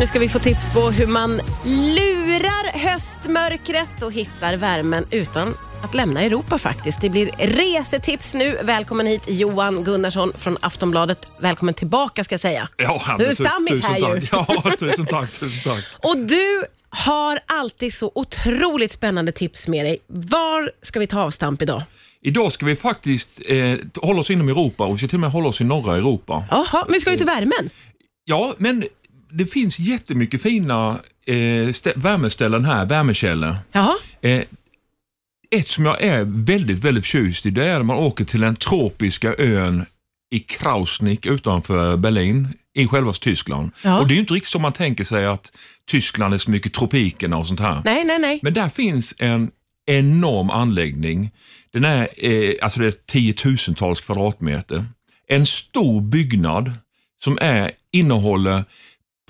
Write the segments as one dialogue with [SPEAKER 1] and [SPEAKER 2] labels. [SPEAKER 1] Nu ska vi få tips på hur man lurar höstmörkret och hittar värmen utan att lämna Europa faktiskt. Det blir resetips nu. Välkommen hit Johan Gunnarsson från Aftonbladet. Välkommen tillbaka ska jag säga.
[SPEAKER 2] Ja,
[SPEAKER 1] du är
[SPEAKER 2] Anders,
[SPEAKER 1] stammis
[SPEAKER 2] tusen
[SPEAKER 1] här ju.
[SPEAKER 2] tack. Ja, tusen tack, tusen tack.
[SPEAKER 1] Och du har alltid så otroligt spännande tips med dig. Var ska vi ta avstamp idag?
[SPEAKER 2] Idag ska vi faktiskt eh, hålla oss inom Europa och vi ska till och med hålla oss i norra Europa.
[SPEAKER 1] Jaha, men vi ska ju till värmen.
[SPEAKER 2] Ja, men det finns jättemycket fina eh, stä- värmeställen här, värmekällor.
[SPEAKER 1] Jaha,
[SPEAKER 2] Eh, ett som jag är väldigt, väldigt förtjust i, det är när man åker till den tropiska ön i Krausnick utanför Berlin, i själva Tyskland.
[SPEAKER 1] Ja.
[SPEAKER 2] Och det är ju inte riktigt som man tänker sig att Tyskland är så mycket tropikerna och sånt här.
[SPEAKER 1] nej, nej, nej.
[SPEAKER 2] Men där finns en enorm anläggning. Den är, eh, alltså det är tiotusentals kvadratmeter. En stor byggnad som är, innehåller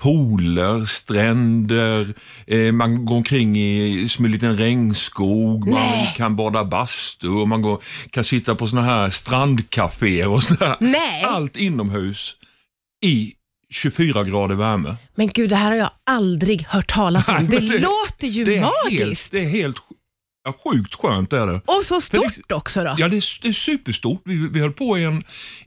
[SPEAKER 2] pooler, stränder, eh, man går omkring i som en liten regnskog, man kan bada bastu och man går, kan sitta på såna här strandcaféer och sådär.
[SPEAKER 1] Nej.
[SPEAKER 2] Allt inomhus i 24 grader värme.
[SPEAKER 1] Men gud, det här har jag aldrig hört talas om.
[SPEAKER 2] Nej,
[SPEAKER 1] Det,
[SPEAKER 2] men det-
[SPEAKER 1] låter ju
[SPEAKER 2] Det är helt,
[SPEAKER 1] magiskt.
[SPEAKER 2] det är helt sj- ja, sjukt skönt är det.
[SPEAKER 1] Och så
[SPEAKER 2] det-
[SPEAKER 1] stort också då.
[SPEAKER 2] Ja, det är, det är superstort. Vi, vi höll på i en,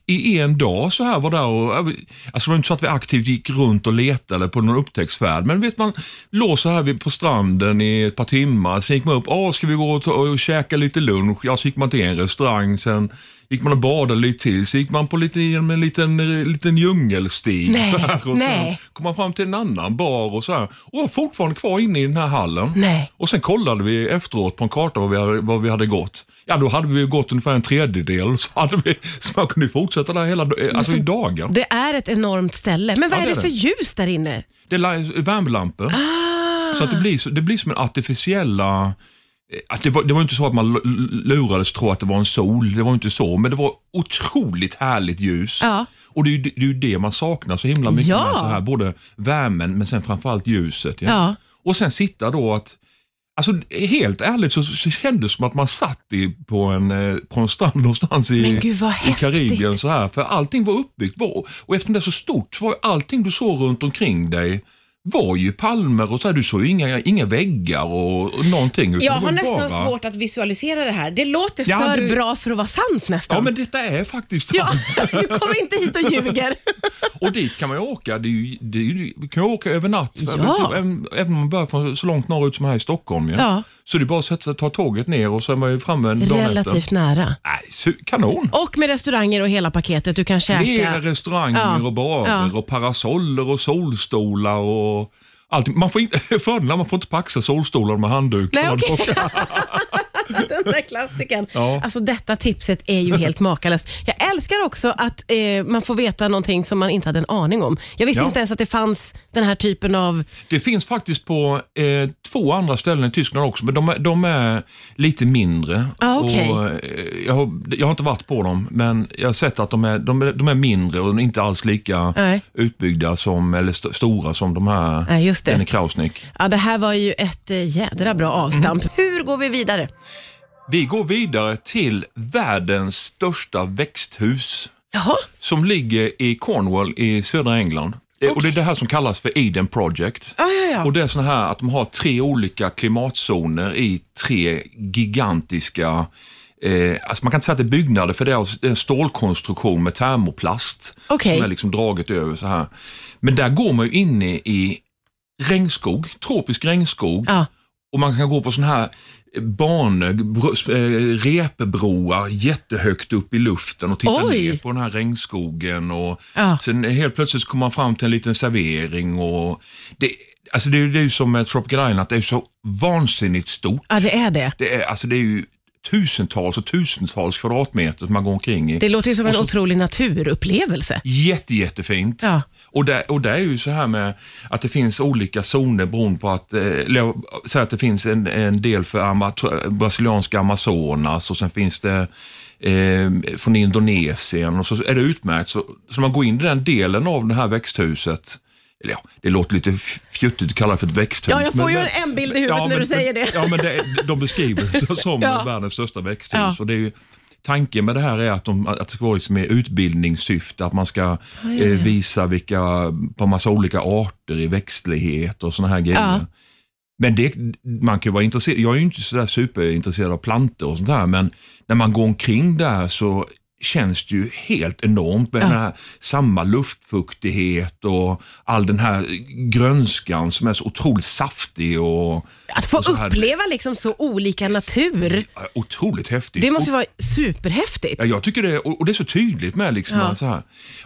[SPEAKER 2] i en dag så här var där och, alltså det var inte så att vi aktivt gick runt och letade på någon upptäcktsfärd, men vet man, låg så här vid- på stranden i ett par timmar, sen gick man upp, åh ska vi gå och, ta, och käka lite lunch? Ja, så gick man till en restaurang, sen gick man och badade lite till, så gick man på lite, genom en liten, eh, liten djungelstig.
[SPEAKER 1] Nej,
[SPEAKER 2] och sen
[SPEAKER 1] nej.
[SPEAKER 2] kom man fram till en annan bar och så här, och var fortfarande kvar inne i den här hallen.
[SPEAKER 1] Nej.
[SPEAKER 2] Och sen kollade vi efteråt på en karta var vi hade, var vi hade gått. Ja, då hade vi gått ungefär en tredjedel så, hade vi, så man kunde fortsätta där hela eh, alltså i dagen.
[SPEAKER 1] Det är ett enormt ställe. Men vad
[SPEAKER 2] Ja,
[SPEAKER 1] är
[SPEAKER 2] det
[SPEAKER 1] det,
[SPEAKER 2] är
[SPEAKER 1] för
[SPEAKER 2] det.
[SPEAKER 1] ljus där inne?
[SPEAKER 2] Det är la- värmelampor. Så att det, blir, så- det blir som en artificiella... eh, Att det, var, det var inte så att man l- l- lurades att tro att det var en sol, det var inte så, men det var otroligt härligt ljus.
[SPEAKER 1] Ja.
[SPEAKER 2] Och det är ju det, är ju det man saknar så himla mycket
[SPEAKER 1] Ja.
[SPEAKER 2] med så här, både värmen men sen framförallt ljuset.
[SPEAKER 1] Ja.
[SPEAKER 2] Och sen sitta då att Alltså helt ärligt så, så kändes det som att man satt i, på, en, eh, på en strand någonstans i,
[SPEAKER 1] Men gud, vad
[SPEAKER 2] i
[SPEAKER 1] häftigt.
[SPEAKER 2] Karibien. Så här, för allting var uppbyggt var, och eftersom det är så stort så var ju allting du såg runt omkring dig var ju palmer och så här, du såg ju inga, inga väggar och, och någonting. utan
[SPEAKER 1] Jag
[SPEAKER 2] det var
[SPEAKER 1] har
[SPEAKER 2] ju
[SPEAKER 1] nästan
[SPEAKER 2] bara-
[SPEAKER 1] svårt att visualisera det här. Det låter
[SPEAKER 2] Ja,
[SPEAKER 1] för
[SPEAKER 2] det-
[SPEAKER 1] bra för att vara sant nästan.
[SPEAKER 2] Ja men detta är faktiskt sant.
[SPEAKER 1] Ja, du kommer inte hit och ljuger.
[SPEAKER 2] Och dit kan man ju åka, det är ju, det är ju, du kan ju åka över natt. typ,
[SPEAKER 1] Ja.
[SPEAKER 2] Även även om man börjar från så långt norrut som här i Stockholm. Ja.
[SPEAKER 1] Ja.
[SPEAKER 2] Så det är bara att sätta, ta tåget ner och så är man ju framme en dag efter.
[SPEAKER 1] Relativt nära.
[SPEAKER 2] Nej, su- kanon!
[SPEAKER 1] Och med restauranger och hela paketet. Du kan
[SPEAKER 2] Flera
[SPEAKER 1] käka.
[SPEAKER 2] restauranger
[SPEAKER 1] Ja.
[SPEAKER 2] och barer
[SPEAKER 1] Ja.
[SPEAKER 2] och parasoller och solstolar och allt. Man får inte, fördelar, man får inte paxa solstolar med handduk.
[SPEAKER 1] Nej,
[SPEAKER 2] Man
[SPEAKER 1] okej.
[SPEAKER 2] får-
[SPEAKER 1] Den där klassiken.
[SPEAKER 2] Ja.
[SPEAKER 1] Alltså detta tipset är ju helt makalöst. Jag älskar också att eh, man får veta någonting som man inte hade en aning om. Jag visste
[SPEAKER 2] Ja.
[SPEAKER 1] inte ens att det fanns den här typen av...
[SPEAKER 2] Det finns faktiskt på eh, två andra ställen i Tyskland också, men de är, de är lite mindre.
[SPEAKER 1] Ah, okej.
[SPEAKER 2] och, eh, jag, har, jag har inte varit på dem, men jag har sett att de är, de är, de är mindre och inte alls lika
[SPEAKER 1] Nej.
[SPEAKER 2] utbyggda som, eller st- stora som de här
[SPEAKER 1] Nej, just det.
[SPEAKER 2] den i Krausnick.
[SPEAKER 1] Ja, det här var ju ett eh, jädra bra avstamp.
[SPEAKER 2] Mhm.
[SPEAKER 1] Hur går vi vidare?
[SPEAKER 2] Vi går vidare till världens största växthus
[SPEAKER 1] Jaha,
[SPEAKER 2] som ligger i Cornwall i södra England. Eh, Och Det är det här som kallas för Eden Project.
[SPEAKER 1] ja, ja.
[SPEAKER 2] Och Det är såna här att de har tre olika klimatzoner i tre gigantiska Eh, alltså man kan inte säga att det är byggnader för det är en stålkonstruktion med termoplast
[SPEAKER 1] Okej.
[SPEAKER 2] som är liksom draget över så här. Men där går man ju inne i regnskog, tropisk regnskog
[SPEAKER 1] ja.
[SPEAKER 2] och man kan gå på sådana här banor, bro- eh, repbroar jättehögt upp i luften och titta
[SPEAKER 1] Oj.
[SPEAKER 2] ner på den här regnskogen. Och
[SPEAKER 1] Ja.
[SPEAKER 2] Sen helt plötsligt så kommer man fram till en liten servering. Och det, alltså det, är ju- det är ju som med Tropical Island, att det är så vansinnigt stort.
[SPEAKER 1] ja, det är det.
[SPEAKER 2] Det är, alltså det är ju tusentals och tusentals kvadratmeter som man går omkring i.
[SPEAKER 1] Det låter ju som en
[SPEAKER 2] Och så-
[SPEAKER 1] otrolig naturupplevelse.
[SPEAKER 2] Jätte, jättefint.
[SPEAKER 1] Ja.
[SPEAKER 2] Och, det, och det är ju så här med att det finns olika zoner beroende på att, eh, eller jag säger att det finns en, en del för ama- brasilianska Amazonas och sen finns det eh, från Indonesien och så är det utmärkt. Så, så man går in i den delen av det här växthuset eller ja, det låter lite f- fjuttigt att kalla det för ett växthus.
[SPEAKER 1] Ja, jag får ju en bild i huvudet när du säger det.
[SPEAKER 2] Ja, men det, de beskriver det som
[SPEAKER 1] Ja.
[SPEAKER 2] världens största växthus.
[SPEAKER 1] Ja.
[SPEAKER 2] Och det är ju tanken med det här är att, de, att det ska vara liksom i utbildningssyfte, att man ska
[SPEAKER 1] Ja, ja, ja.
[SPEAKER 2] eh, visa vilka, på massa olika arter i växtlighet och sådana här grejer.
[SPEAKER 1] Ja.
[SPEAKER 2] Men det, man kan ju vara intresserad, jag är ju inte sådär superintresserad av plantor och sånt där, men när man går omkring där så känns det ju helt enormt med
[SPEAKER 1] Ja.
[SPEAKER 2] den här samma luftfuktighet och all den här grönskan som är så otroligt saftig och
[SPEAKER 1] Att få
[SPEAKER 2] Och så här-
[SPEAKER 1] uppleva liksom så olika natur,
[SPEAKER 2] ja, otroligt häftig.
[SPEAKER 1] det måste
[SPEAKER 2] Och-
[SPEAKER 1] ju vara superhäftigt.
[SPEAKER 2] Ja, jag tycker det, och och det är så tydligt med liksom
[SPEAKER 1] Ja.
[SPEAKER 2] att så här.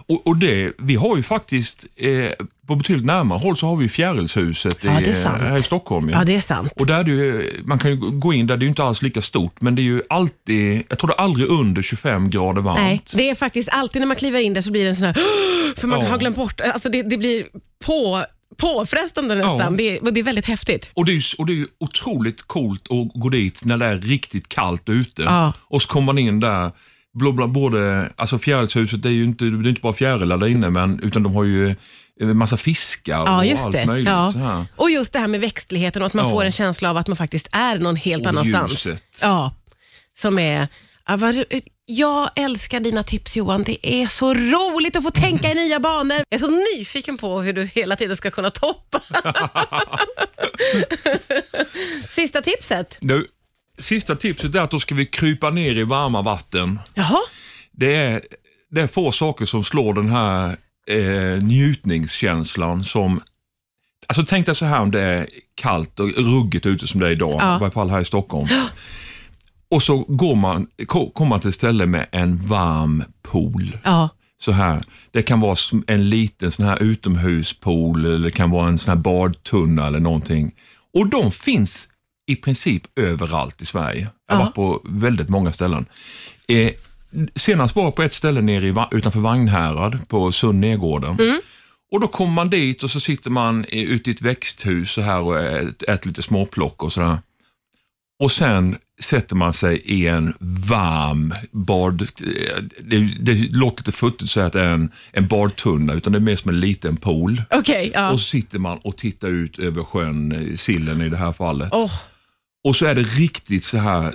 [SPEAKER 2] Och, och det, vi har ju faktiskt, eh, på betydligt närmare håll så har vi ju Fjärilshuset
[SPEAKER 1] Ja, det
[SPEAKER 2] i, eh,
[SPEAKER 1] är sant.
[SPEAKER 2] här i Stockholm. ju.
[SPEAKER 1] Ja, det är sant.
[SPEAKER 2] Och där är det ju, man kan ju gå in där, det är ju inte alls lika stort, men det är ju alltid, jag tror det är aldrig under 25 grader varmt.
[SPEAKER 1] Nej, det är faktiskt alltid när man kliver in där så blir det en sån här för man
[SPEAKER 2] Ja.
[SPEAKER 1] har glömt bort, alltså det, det blir på, påfrestande nästan.
[SPEAKER 2] Ja.
[SPEAKER 1] Det, är- och det är väldigt häftigt.
[SPEAKER 2] Och det, är ju, och det är ju otroligt coolt att gå dit när det är riktigt kallt ute.
[SPEAKER 1] Ja.
[SPEAKER 2] Och så kommer man in där, bla- bla- både, alltså fjärilshuset, det är ju inte, det är inte bara fjärilar där inne, men, utan de har ju eh, massa fiskar
[SPEAKER 1] Ja,
[SPEAKER 2] och
[SPEAKER 1] just
[SPEAKER 2] allt
[SPEAKER 1] det.
[SPEAKER 2] möjligt.
[SPEAKER 1] Ja.
[SPEAKER 2] Så här.
[SPEAKER 1] Och just det här med växtligheten och att man
[SPEAKER 2] Ja.
[SPEAKER 1] får en känsla av att man faktiskt är någon helt
[SPEAKER 2] Och
[SPEAKER 1] annanstans.
[SPEAKER 2] ljuset.
[SPEAKER 1] Ja, som är... ja, vad- Jag älskar dina tips Johan. Det är så roligt att få tänka i nya banor. Jag är så nyfiken på hur du hela tiden ska kunna toppa. Sista tipset.
[SPEAKER 2] Nu, sista tipset är att då ska vi krypa ner i varma vatten.
[SPEAKER 1] Jaha,
[SPEAKER 2] Det är, det är få saker som slår den här eh, njutningskänslan som Alltså tänk dig så här om det är kallt och ruggigt ute som det är idag,
[SPEAKER 1] Ja.
[SPEAKER 2] i varje fall här i Stockholm. Och så går man, ko- kommer man till ett ställe med en varm pool.
[SPEAKER 1] ja.
[SPEAKER 2] Så här. Det kan vara som en liten sån här utomhuspool eller det kan vara en sån här badtunna eller någonting. Och de finns i princip överallt i Sverige. Jag har
[SPEAKER 1] Ja.
[SPEAKER 2] varit på väldigt många ställen. Eh, senast var jag på ett ställe nere i, Va- utanför Vagnhärad på Sunnegården. Och då kommer man dit och så sitter man eh, ute i ett växthus så här och äter, äter lite småplock och sådär. Och sen sätter man sig i en varm bad... Det, det låter lite futtigt att säga att det är en, en badtunna, utan det är mer som en liten pool.
[SPEAKER 1] Okej, ja.
[SPEAKER 2] Och så sitter man och tittar ut över sjön, eh, sillen i det här fallet.
[SPEAKER 1] Åh,
[SPEAKER 2] Och så är det riktigt så här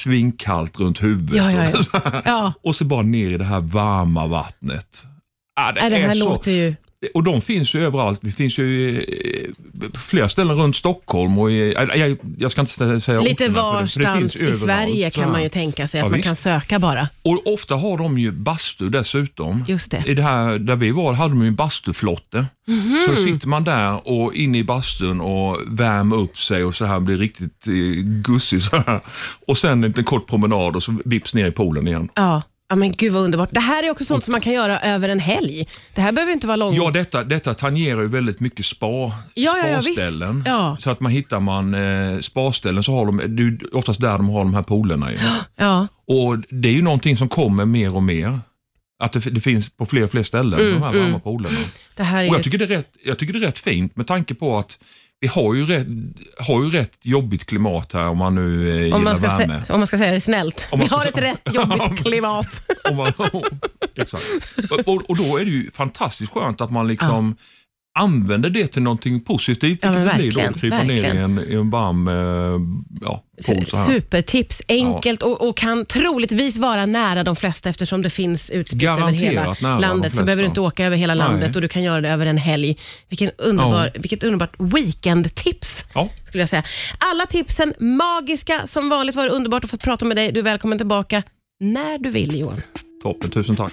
[SPEAKER 2] svinkallt runt huvudet.
[SPEAKER 1] Ja, ja, ja.
[SPEAKER 2] Så här.
[SPEAKER 1] ja. Äh,
[SPEAKER 2] Och så bara ner i det här varma vattnet. Ah, det
[SPEAKER 1] Nej, Äh, det
[SPEAKER 2] är
[SPEAKER 1] här
[SPEAKER 2] så.
[SPEAKER 1] låter ju...
[SPEAKER 2] Och de finns ju överallt. Det finns ju eh, på flera ställen runt Stockholm och i, eh, jag, jag ska inte sä- säga
[SPEAKER 1] Lite
[SPEAKER 2] orterna, för det- för det
[SPEAKER 1] varstans
[SPEAKER 2] finns
[SPEAKER 1] i
[SPEAKER 2] överallt,
[SPEAKER 1] Sverige
[SPEAKER 2] så
[SPEAKER 1] kan man
[SPEAKER 2] här.
[SPEAKER 1] ju tänka sig att
[SPEAKER 2] Ja,
[SPEAKER 1] man
[SPEAKER 2] visst.
[SPEAKER 1] kan söka bara.
[SPEAKER 2] Och ofta har de ju bastu dessutom.
[SPEAKER 1] Just det. Mhm.
[SPEAKER 2] I det här, där vi var hade de ju en bastuflotte. Så sitter man där och inne i bastun och värmer upp sig och så här blir riktigt eh, gussig så här. Och sen en liten kort promenad och så vips ner i poolen igen.
[SPEAKER 1] Ja. ja, men gud vad underbart. Det här är också sånt som man kan göra över en helg. Det här behöver inte vara långt.
[SPEAKER 2] Ja, detta, detta tangerar ju väldigt mycket spa,
[SPEAKER 1] Mm. ja, ja, visst.
[SPEAKER 2] spaställen.
[SPEAKER 1] Ja.
[SPEAKER 2] Så att man hittar man eh, spaställen så har de, det är ju oftast där de har de här poolerna. Ju.
[SPEAKER 1] Ja.
[SPEAKER 2] Och det är ju någonting som kommer mer och mer. Att det, det finns på fler och fler ställen, de här varma poolerna.
[SPEAKER 1] Mm, Det här är
[SPEAKER 2] Och
[SPEAKER 1] ju-
[SPEAKER 2] jag, tycker det är rätt, jag tycker det är rätt fint med tanke på att vi har ju rätt, har ju rätt jobbigt klimat här om man nu eh,
[SPEAKER 1] om,
[SPEAKER 2] gillar
[SPEAKER 1] man ska
[SPEAKER 2] värme.
[SPEAKER 1] sä- om man ska säga det snällt.
[SPEAKER 2] Om
[SPEAKER 1] Vi
[SPEAKER 2] man
[SPEAKER 1] har ett
[SPEAKER 2] ska-
[SPEAKER 1] rätt jobbigt klimat.
[SPEAKER 2] Om man, exakt. Och, och då är det ju fantastiskt skönt att man liksom använder det till någonting positivt.
[SPEAKER 1] Ja, men
[SPEAKER 2] vilket det blir då
[SPEAKER 1] verkligen,
[SPEAKER 2] att krypa ner i
[SPEAKER 1] verkligen.
[SPEAKER 2] en, i en varm eh, ja, pool. Så här.
[SPEAKER 1] Supertips, enkelt och, och kan troligtvis vara nära de flesta eftersom det finns utspritt över
[SPEAKER 2] Garanterat
[SPEAKER 1] hela
[SPEAKER 2] nära de
[SPEAKER 1] landet. Så
[SPEAKER 2] flesta.
[SPEAKER 1] behöver du inte åka över hela
[SPEAKER 2] Nej.
[SPEAKER 1] landet och du kan göra det över en helg. Vilken underbar, Vilket underbart weekendtips.
[SPEAKER 2] Ja.
[SPEAKER 1] skulle jag säga. Alla tipsen magiska. Som vanligt var det underbart att få prata med dig. Du är välkommen tillbaka när du vill Johan.
[SPEAKER 2] Toppen, tusen tack.